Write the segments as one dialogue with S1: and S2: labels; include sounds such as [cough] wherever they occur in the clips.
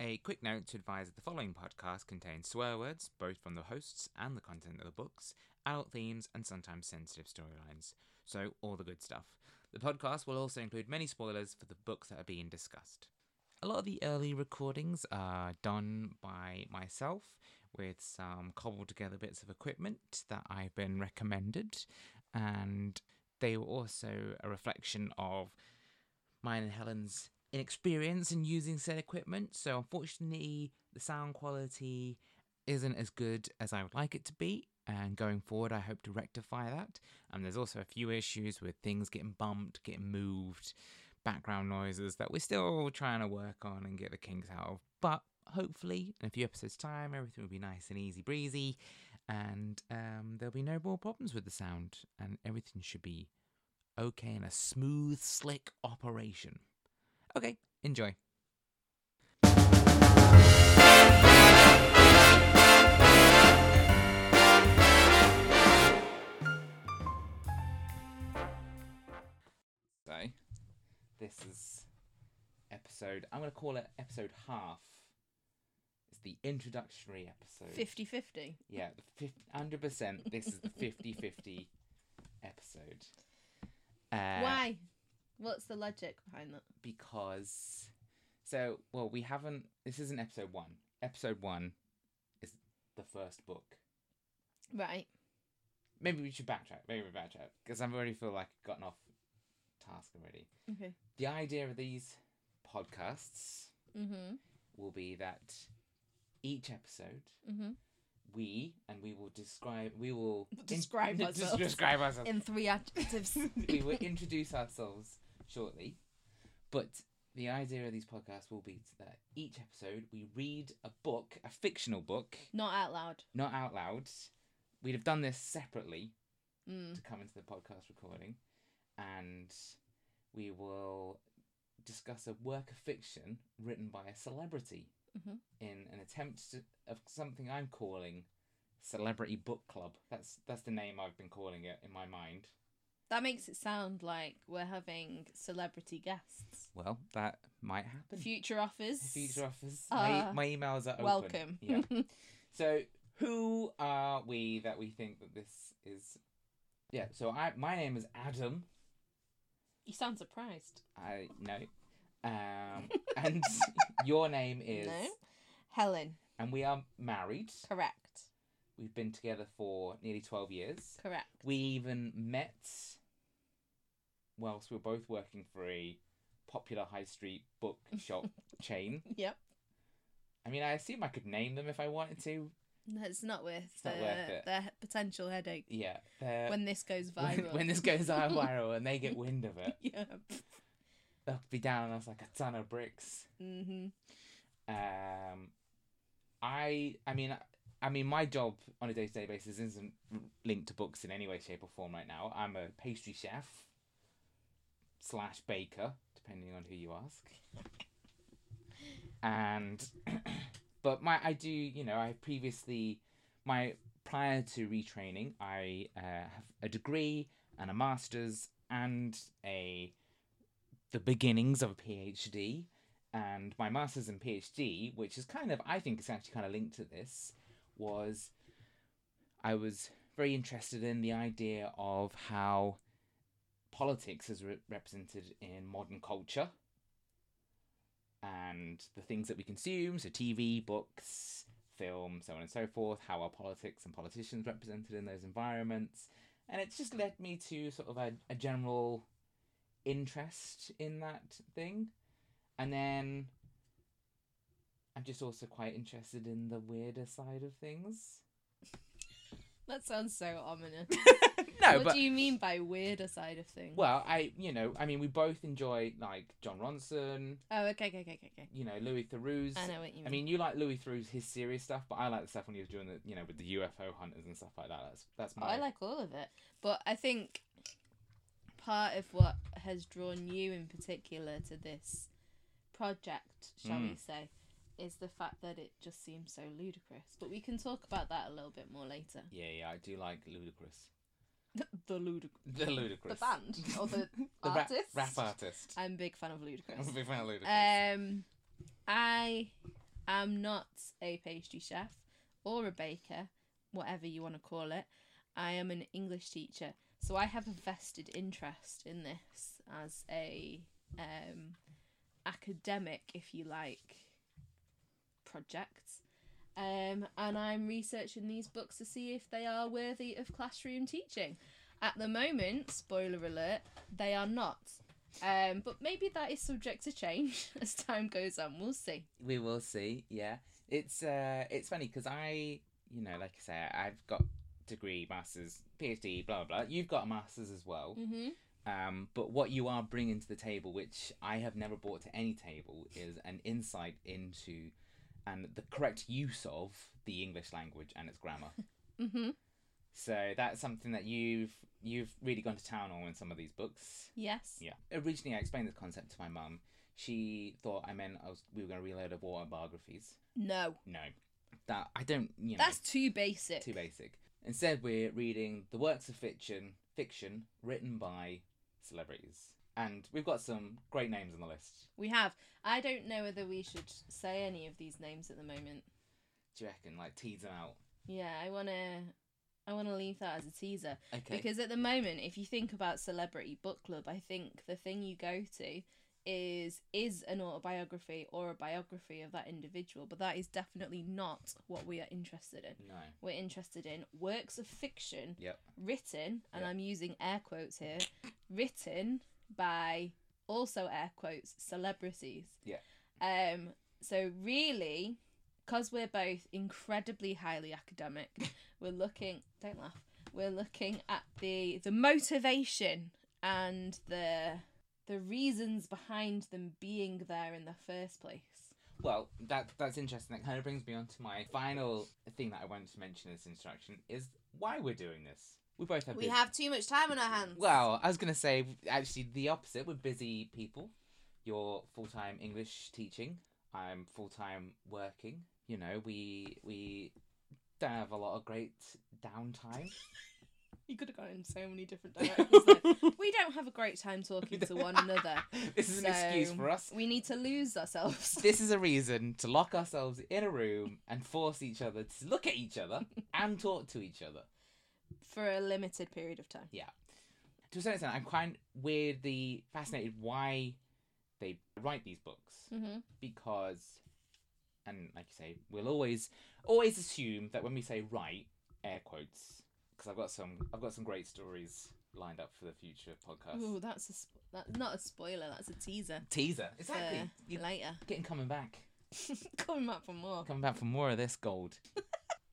S1: A quick note to advise that the following podcast contains swear words, both from the hosts and the content of the books, adult themes, and sometimes sensitive storylines. So, all the good stuff. The podcast will also include many spoilers for the books that are being discussed. A lot of the early recordings are done by myself with some cobbled together bits of equipment that I've been recommended, and they were also a reflection of mine and Helen's inexperience in using said equipment. So, unfortunately, the sound quality isn't as good as I would like it to be. And going forward, I hope to rectify that. And there's also a few issues with things getting bumped, getting moved, background noises that we're still trying to work on and get the kinks out of. But hopefully, in a few episodes' time, everything will be nice and easy breezy. And um, there'll be no more problems with the sound. And everything should be okay and a smooth, slick operation. Okay, enjoy. So, this is episode, I'm going to call it episode half. It's the introductory episode.
S2: 50 50.
S1: Yeah, the fif- 100%. This is the 50 50 episode. Uh,
S2: Why? What's the logic behind that?
S1: because so well we haven't this isn't episode one episode one is the first book
S2: Right.
S1: maybe we should backtrack maybe we backtrack because i've already feel like I've gotten off task already
S2: Okay.
S1: the idea of these podcasts
S2: Mm
S1: will be that each episode
S2: hmm. Mm hmm.
S1: we and we will describe we will in- [laughs]
S2: Describe
S1: des-
S2: ourselves.
S1: describe ourselves
S2: In three [laughs] adjectives.
S1: [laughs] we will introduce ourselves shortly, but the idea of these podcasts will be that each episode we read a book, a fictional book,
S2: Not out loud.
S1: not out loud. We'd have done this separately
S2: Mm.
S1: to come into the podcast recording, and we will discuss a work of fiction written by a celebrity
S2: Mhm.
S1: in an attempt to, of something I'm calling celebrity book club. That's that's the name I've been calling it in my mind.
S2: That makes it sound like we're having celebrity guests.
S1: Well, that might happen.
S2: Future offers.
S1: Hmm. Future offers.
S2: Uh,
S1: my, my emails are open.
S2: welcome. [laughs]
S1: Yeah. So who are we that we think that this is? Yeah. So I my name is Adam.
S2: You sound surprised.
S1: I no.
S2: [laughs]
S1: Um, and your name is.
S2: No. Helen.
S1: And we are married.
S2: Correct.
S1: We've been together for nearly twelve years.
S2: Correct.
S1: We even met whilst we were both working for a popular high street book
S2: [laughs]
S1: shop chain.
S2: Yep.
S1: I mean, I assume I could name them if I wanted to.
S2: That's not worth,
S1: It's not
S2: the,
S1: worth it.
S2: the potential headache
S1: Yeah. they're-
S2: when this goes
S1: [laughs] when,
S2: viral.
S1: when this goes
S2: [laughs]
S1: out viral and they get wind of it,
S2: yeah.
S1: they'll be down on us like a ton of bricks.
S2: Mm-hmm.
S1: Um, I, I mean, I mean, my job on a day-to-day basis isn't linked to books in any way, shape, or form right now. I'm a pastry chef slash baker, depending on who you ask. And, [clears throat] but my, I do, you know, I previously, my prior to retraining, I uh, have a degree and a master's and a the beginnings of a PhD and my master's and PhD, which is kind of, I think it's actually kind of linked to this, was I was very interested in the idea of how politics is re- represented in modern culture and the things that we consume, so TV, books, film, so on and so forth, how are politics and politicians represented in those environments. And it's just led me to sort of a, a general interest in that thing. And then I'm just also quite interested in the weirder side of things.
S2: That sounds so [laughs] ominous.
S1: No,
S2: what
S1: but
S2: do you mean by weirder side of things?
S1: well, I you know, I mean we both enjoy like John Ronson,
S2: Oh, okay, okay, okay, okay, okay.
S1: you know, Louis Theroux's
S2: I know what you mean.
S1: I mean, you like Louis Theroux's his serious stuff, but I like the stuff when he was doing the, you know, with the UFO hunters and stuff like that. That's that's
S2: Oh,
S1: my
S2: I like all of it, but I think part of what has drawn you in particular to this project, shall we say, is the fact that it just seems so ludicrous. But we can talk about that a little bit more later.
S1: yeah, yeah. I do like ludicrous,
S2: [laughs] the ludicrous.
S1: [laughs] the ludicrous,
S2: The band or [laughs] the,
S1: the rap,
S2: artist. [laughs] Um,
S1: rap artist.
S2: I'm a big fan of ludicrous.
S1: I'm a big fan of ludicrous.
S2: Um, I am not a pastry chef or a baker, whatever you want to call it. I am an English teacher, so I have a vested interest in this as a um, academic, if you like, project. Um, and I'm researching these books to see if they are worthy of classroom teaching. At the moment, spoiler alert, they are not. Um, but maybe that is subject to change [laughs] as time goes on. We'll see.
S1: We will see. Yeah, it's uh, it's funny because I, you know, like I say, I've got degree, masters, PhD, blah blah. blah. You've got a masters as well.
S2: Mm-hmm.
S1: Um, but what you are bringing to the table, which I have never brought to any table, is an insight into and the correct use of the English language and its grammar.
S2: Mm-hmm.
S1: So that's something that you've you've really gone to town on in some of these books.
S2: Yes.
S1: Yeah. Originally, I explained this concept to my mum. She thought I meant I was we were going to reload of autobiographies.
S2: No.
S1: No, that I don't. You know,
S2: That's too basic.
S1: too basic. Instead, we're reading the works of fiction, fiction written by celebrities, and we've got some great names on the list.
S2: We have. I don't know whether we should say any of these names at the moment.
S1: Do you reckon? Like tease them out.
S2: Yeah, I wanna, I wanna leave that as a teaser
S1: Okay.
S2: because at the moment, if you think about celebrity book club, I think the thing you go to is is an autobiography or a biography of that individual, but that is definitely not what we are interested in.
S1: no.
S2: We're interested in works of fiction
S1: Yep.
S2: written, and
S1: Yeah.
S2: I'm using air quotes here, written by also air quotes celebrities.
S1: Yeah.
S2: Um. So really, because we're both incredibly highly academic,
S1: [laughs]
S2: we're looking. Don't laugh. We're looking at the the motivation and the the reasons behind them being there in the first place.
S1: Well, that that's interesting. That kind of brings me on to my final thing that I wanted to mention in this instruction is why we're doing this. We both have.
S2: We
S1: bus-
S2: have too much time on our hands.
S1: Well, I was going to say actually the opposite. We're busy people. You're full time English teaching. I'm full time working. You know, we we don't have a lot of great
S2: [laughs]
S1: downtime.
S2: you could have gone in so many different
S1: [laughs]
S2: directions. there. we don't have a great time talking to one another.
S1: this is an excuse
S2: So-
S1: for us.
S2: We need to lose ourselves.
S1: This is a reason to lock ourselves in a room and force each other to look at each
S2: [laughs]
S1: other and talk to each other.
S2: [laughs] for a limited period of time.
S1: to a certain extent, I'm quite weirdly fascinated why they write these books
S2: Mm-hmm.
S1: because, and like you say, we'll always always assume that when we say write air quotes because I've got some I've got some great stories lined up for the future podcast
S2: Ooh, that's a sp- that, not a spoiler. That's a teaser.
S1: teaser.
S2: for
S1: Exactly, you're
S2: [laughs] later.
S1: getting coming back,
S2: Coming back for more.
S1: coming back for more of this gold. Um,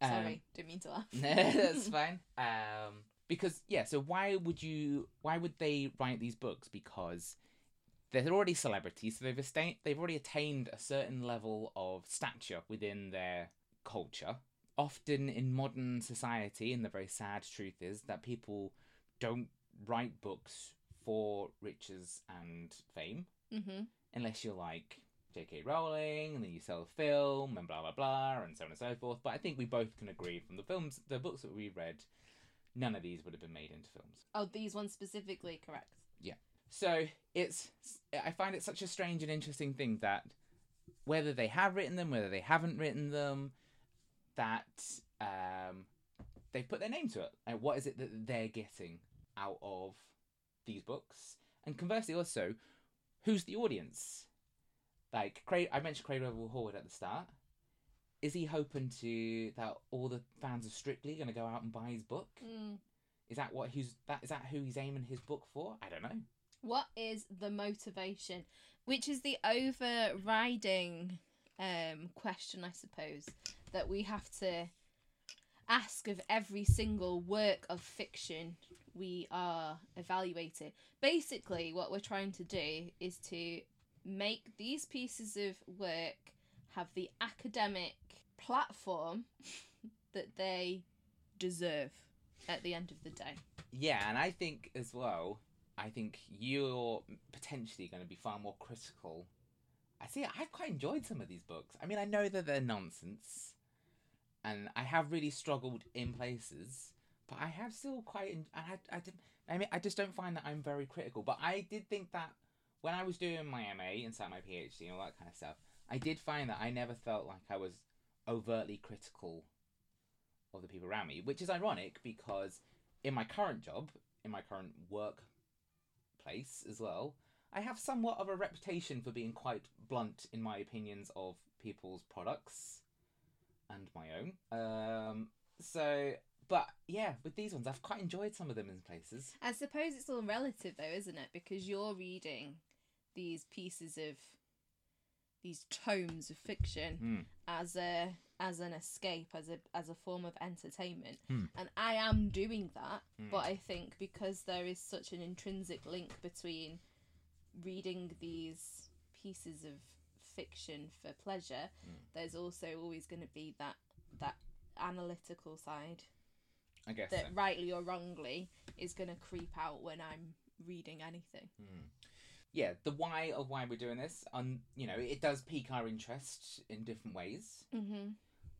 S2: Oh. [laughs] Sorry, didn't mean
S1: [laughs]
S2: to laugh.
S1: No, that's fine. Um, because yeah, so why would you? Why would they write these books? Because they're already celebrities, so they've attained, they've already attained a certain level of stature within their culture. Often in modern society, and the very sad truth is that people don't write books for riches and fame,
S2: [laughs] Mm-hmm.
S1: unless you're like J.K. Rowling, and then you sell a film, and blah blah blah, and so on and so forth. But I think we both can agree from the films, the books that we read, none of these would have been made into films.
S2: Oh, these ones specifically, correct.
S1: So it's, I find it such a strange and interesting thing that whether they have written them, whether they haven't written them, that um, they put their name to it. Like, what is it that they're getting out of these books? And conversely, also, who's the audience? Like, Cra- I mentioned Craig Revel Horwood at the start. Is he hoping to that all the fans of Strictly going to go out and buy his book?
S2: Mm.
S1: Is that what he's that is that who he's aiming his book for? I don't know.
S2: What is the motivation? Which is the overriding um, question, I suppose, that we have to ask of every single work of fiction we are evaluating. Basically, what we're trying to do is to make these pieces of work have the academic platform [laughs] that they deserve at the end of the day.
S1: Yeah, and I think as well, I think you're potentially going to be far more critical. I see, I've quite enjoyed some of these books. I mean, I know that they're nonsense, and I have really struggled in places, but I have still quite. en- I, had- I, didn't, I mean, I just don't find that I'm very critical. But I did think that when I was doing my MA and sat my PhD and all that kind of stuff, I did find that I never felt like I was overtly critical of the people around me, which is ironic because in my current job, in my current work place as well, I have somewhat of a reputation for being quite blunt in my opinions of people's products and my own. Um, so, but yeah, with these ones, I've quite enjoyed some of them in places.
S2: I suppose it's all relative, though, isn't it? Because you're reading these pieces of these tomes of fiction
S1: Hmm.
S2: as a as an escape, as a as a form of entertainment,
S1: Hmm.
S2: and I am doing that.
S1: Hmm.
S2: But I think because there is such an intrinsic link between reading these pieces of fiction for pleasure,
S1: Hmm.
S2: there's also always going to be that that analytical side
S1: I guess.
S2: that
S1: so.
S2: rightly or wrongly is going to creep out when I'm reading anything.
S1: Hmm. yeah, the why of why we're doing this, um, you know, it does pique our interest in different ways.
S2: Mm-hmm.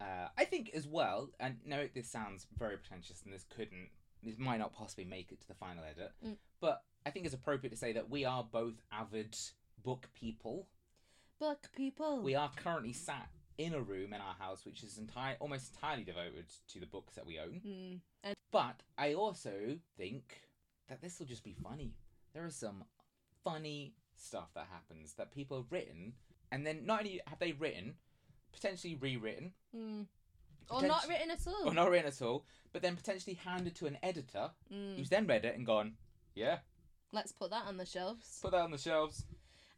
S1: Uh, I think as well, and no, this sounds very pretentious, and this couldn't, this might not possibly make it to the final edit,
S2: Mm.
S1: but I think it's appropriate to say that we are both avid book people.
S2: Book people.
S1: We are currently sat in a room in our house which is entire, almost entirely devoted to the books that we own.
S2: Mm.
S1: But I also think that this will just be funny. There is some funny stuff that happens that people have written, and then not only have they written, potentially rewritten,
S2: Mm. Or not
S1: Potent-
S2: written at all.
S1: or Oh, not written at all, but then potentially handed to an editor
S2: Mm.
S1: who's then read it and gone, yeah,
S2: Let's put that on the shelves.
S1: put that on the shelves.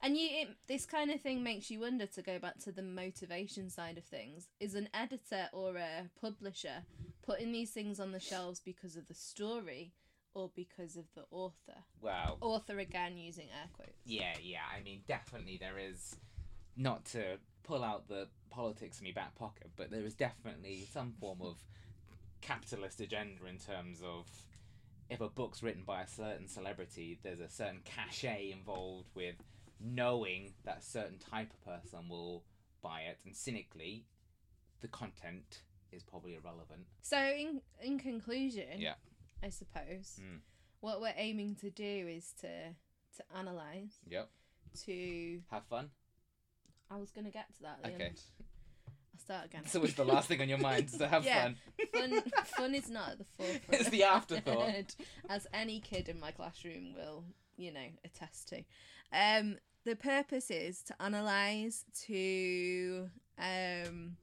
S2: And you, it, this kind of thing makes you wonder to go back to the motivation side of things. Is an editor or a publisher putting these things on the shelves because of the story or because of the author?
S1: Well,
S2: Author again using air quotes.
S1: yeah, yeah, I mean, definitely there is, not to pull out the politics in my back pocket, but there is definitely some form of capitalist agenda in terms of if a book's written by a certain celebrity, there's a certain cachet involved with knowing that a certain type of person will buy it, and cynically, the content is probably irrelevant.
S2: So, in in conclusion,
S1: Yeah.
S2: I suppose
S1: Mm.
S2: what we're aiming to do is to to analyze,
S1: Yep.
S2: to
S1: Have fun.
S2: I was gonna get to that. At the
S1: Okay.
S2: end. I'll start again.
S1: [laughs] So it's the last thing on your mind to have
S2: Yeah.
S1: fun.
S2: fun. Fun is not at the forefront.
S1: It's the afterthought.
S2: [laughs] as any kid in my classroom will, you know, attest to. Um, the purpose is to analyze, to um,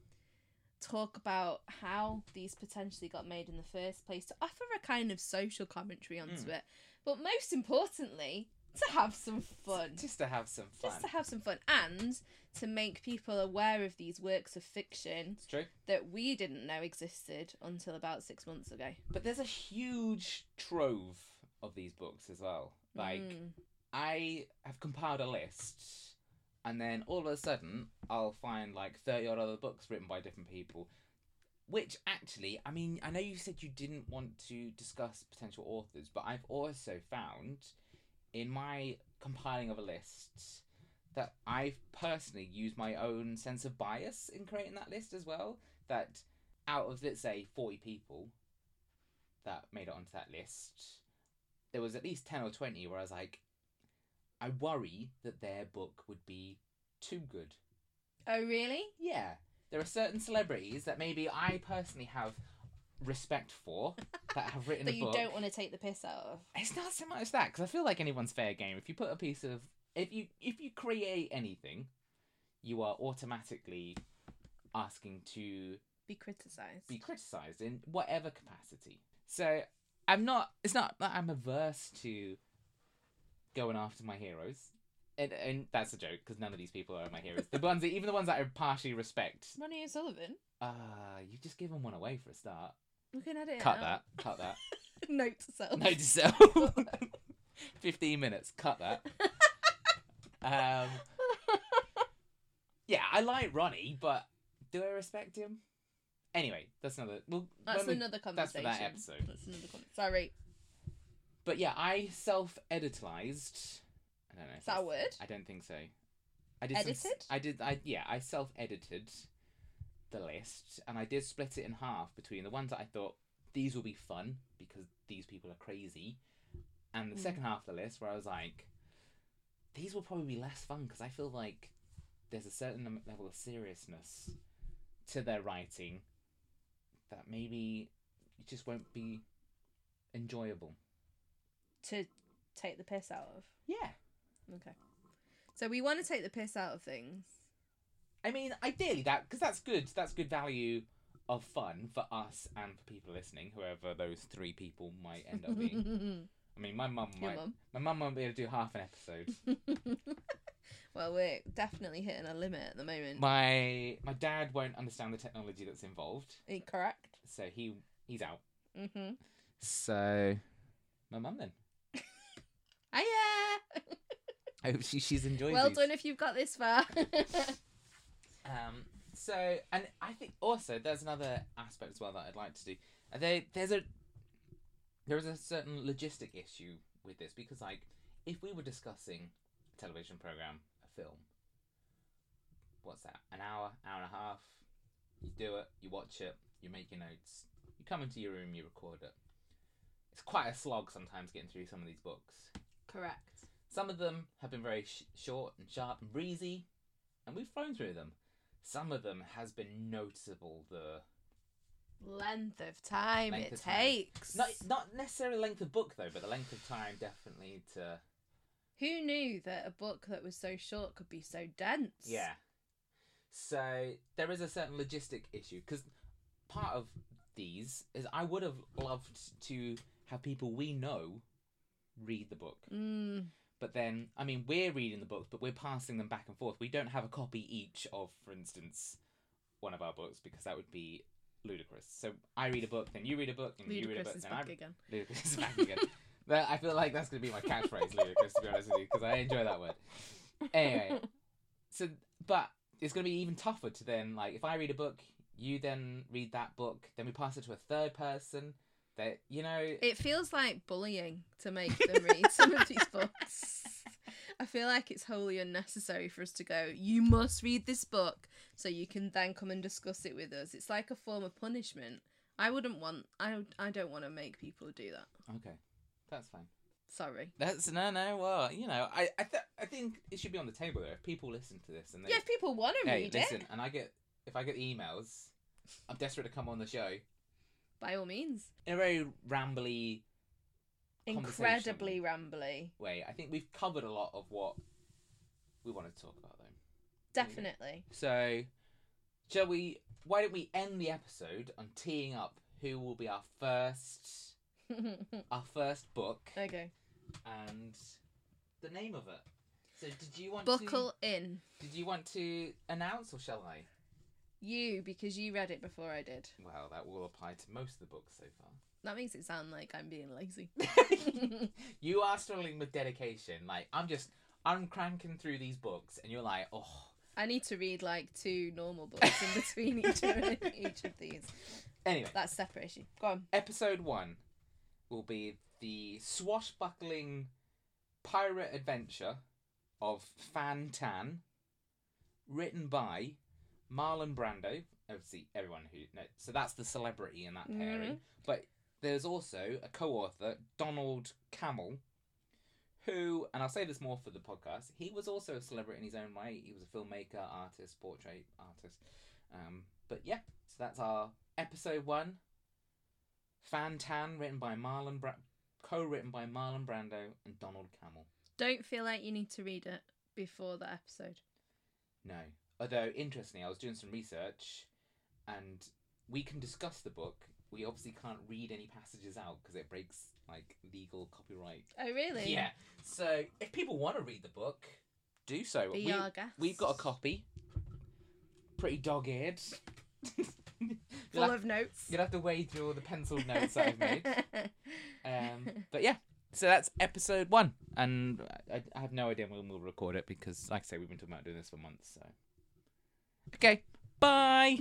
S2: talk about how these potentially got made in the first place, to offer a kind of social commentary
S1: Hmm.
S2: onto it, but most importantly, to have some fun.
S1: Just to have some fun.
S2: Just to have some fun and to make people aware of these works of fiction
S1: It's true.
S2: that we didn't know existed until about six months ago.
S1: But there's a huge trove of these books as well. Like
S2: Mm.
S1: I have compiled a list, and then all of a sudden I'll find like thirty odd other books written by different people. Which actually, I mean, I know you said you didn't want to discuss potential authors, but I've also found in my compiling of a list that I've personally used my own sense of bias in creating that list as well. That out of let's say forty people that made it onto that list, there was at least ten or twenty where I was like, I worry that their book would be too good.
S2: Oh, really?
S1: Yeah, there are certain celebrities that maybe I personally have respect
S2: [laughs]
S1: for that have written
S2: That
S1: a
S2: you
S1: book.
S2: don't want to take the piss out of.
S1: It's not so much that because I feel like anyone's fair game. If you put a piece of if you if you create anything, you are automatically asking to
S2: Be criticised.
S1: be criticised in whatever capacity. So I'm not. It's not that I'm averse to going after my heroes, and and that's a joke because none of these people are my heroes. the ones, that, even the ones that I partially respect.
S2: Ronnie O'Sullivan.
S1: Uh, you've just given one away for a start.
S2: We can edit it
S1: Cut
S2: out.
S1: that. Cut that.
S2: [laughs] Note to self.
S1: No to self. [laughs] Fifteen minutes. Cut that. Um. Yeah, I like Ronnie, but do I respect him? Anyway, that's another. Well, when
S2: That's
S1: we-
S2: another
S1: that's
S2: conversation.
S1: for that episode.
S2: That's another con- Sorry.
S1: But yeah, I self editized. I don't know. if
S2: Is that a
S1: that's-
S2: word?
S1: I don't think so. I did some s-
S2: Edited?
S1: I did. I yeah. I self edited the list, and I did split it in half between the ones that I thought these will be fun because these people are crazy, and the
S2: Mm.
S1: second half of the list where I was like, these will probably be less fun because I feel like there's a certain am- level of seriousness to their writing that maybe it just won't be enjoyable.
S2: to take the piss out of.
S1: Yeah.
S2: Okay. So we want to take the piss out of things.
S1: I mean, ideally that because that's good. That's good value of fun for us and for people listening, whoever those three people might end up
S2: [laughs]
S1: being. I mean, my mum
S2: Your
S1: might.
S2: mum.
S1: My mum won't be able to do half an episode.
S2: [laughs] well, we're definitely hitting a limit at the moment.
S1: my my dad won't understand the technology that's involved,
S2: Are you correct?
S1: so he he's out.
S2: Mm-hmm.
S1: So, my mum then.
S2: Hiya!
S1: I hope she she's enjoying.
S2: well
S1: these.
S2: done if you've got this far. [laughs]
S1: Um, so, and I think also there's another aspect as well that I'd like to do. Uh, They, there's a there is a certain logistic issue with this because like if we were discussing a television program, a film, what's that? An hour, hour and a half. You do it, you watch it, you make your notes, you come into your room, you record it. It's quite a slog sometimes getting through some of these books.
S2: correct.
S1: Some of them have been very sh- short and sharp and breezy, and we've flown through them. Some of them has been noticeable the
S2: Length of time
S1: Length
S2: it
S1: of time.
S2: takes.
S1: not not necessarily length of book though, but the length of time definitely to
S2: Who knew that a book that was so short could be so dense?
S1: yeah. So there is a certain logistic issue because part of these is I would have loved to have people we know read the book,
S2: Mm,
S1: but then I mean we're reading the books, but we're passing them back and forth. We don't have a copy each of, for instance, one of our books because that would be ludicrous. So I read a book, then you read a book, and you read a book,
S2: ludicrous is
S1: then I
S2: back
S1: [laughs]
S2: again.
S1: ludicrous is back again. That, I feel like that's gonna be my catchphrase, ludicrous, to be honest with you, because I enjoy that word. Anyway, so but it's gonna be even tougher to then like if I read a book, you then read that book, then we pass it to a third person. That you know,
S2: It feels like bullying to make them read some of these books. [laughs] I feel like it's wholly unnecessary for us to go, you must read this book so you can then come and discuss it with us. It's like a form of punishment. I wouldn't want, I, I don't want to make people do that.
S1: okay, that's fine.
S2: Sorry.
S1: That's no, no. Well, you know, I, I, th- I think it should be on the table though. If people listen to this and they,
S2: Yeah, if people want to
S1: hey,
S2: read
S1: listen,
S2: it,
S1: and I get, if I get emails, I'm desperate to come on the show
S2: by all means.
S1: in a very rambly
S2: Incredibly rambly.
S1: way. I think we've covered a lot of what we want to talk about though. [laughs]
S2: Definitely.
S1: So, shall we? Why don't we end the episode on teeing up who will be our first, our first book
S2: okay.
S1: and the name of it. So, did you want to?
S2: Buckle in.
S1: Did you want to announce or shall I?
S2: You, because you read it before I did.
S1: Well, that will apply to most of the books so
S2: That makes it sound like I'm being lazy.
S1: far. you are struggling with dedication. Like I'm just I'm cranking through these books and you're like, oh
S2: [laughs] I need to read like two normal books in between each [laughs] of, each of these.
S1: anyway.
S2: That's a separate issue. Go on.
S1: Episode one will be the swashbuckling pirate adventure of Fan Tan, written by Marlon Brando. Obviously, everyone who no, so that's the celebrity in that pairing. But there's also a co-author, Donald Camel, who, and I'll say this more for the podcast, he was also a celebrity in his own way. He was a filmmaker, artist, portrait artist. Um, but yeah, so that's our episode one. Fan Tan, written by Marlon, Bra- co-written by Marlon Brando and Donald Camel.
S2: Don't feel like you need to read it before the episode.
S1: No. Although, interestingly, I was doing some research and we can discuss the book. We obviously can't read any passages out because it breaks, like, legal copyright.
S2: Oh, really?
S1: Yeah. So, if people want to read the book, do so.
S2: Be
S1: We-
S2: our guest.
S1: we've got a copy. Pretty dog [laughs] eared.
S2: full
S1: you'll, have,
S2: of notes.
S1: you'll have to wade through all the penciled notes that I've
S2: [laughs]
S1: made. Um, but yeah, so that's episode one, and I, I have no idea when we'll record it because, like I say, we've been talking about doing this for months. So, okay, bye.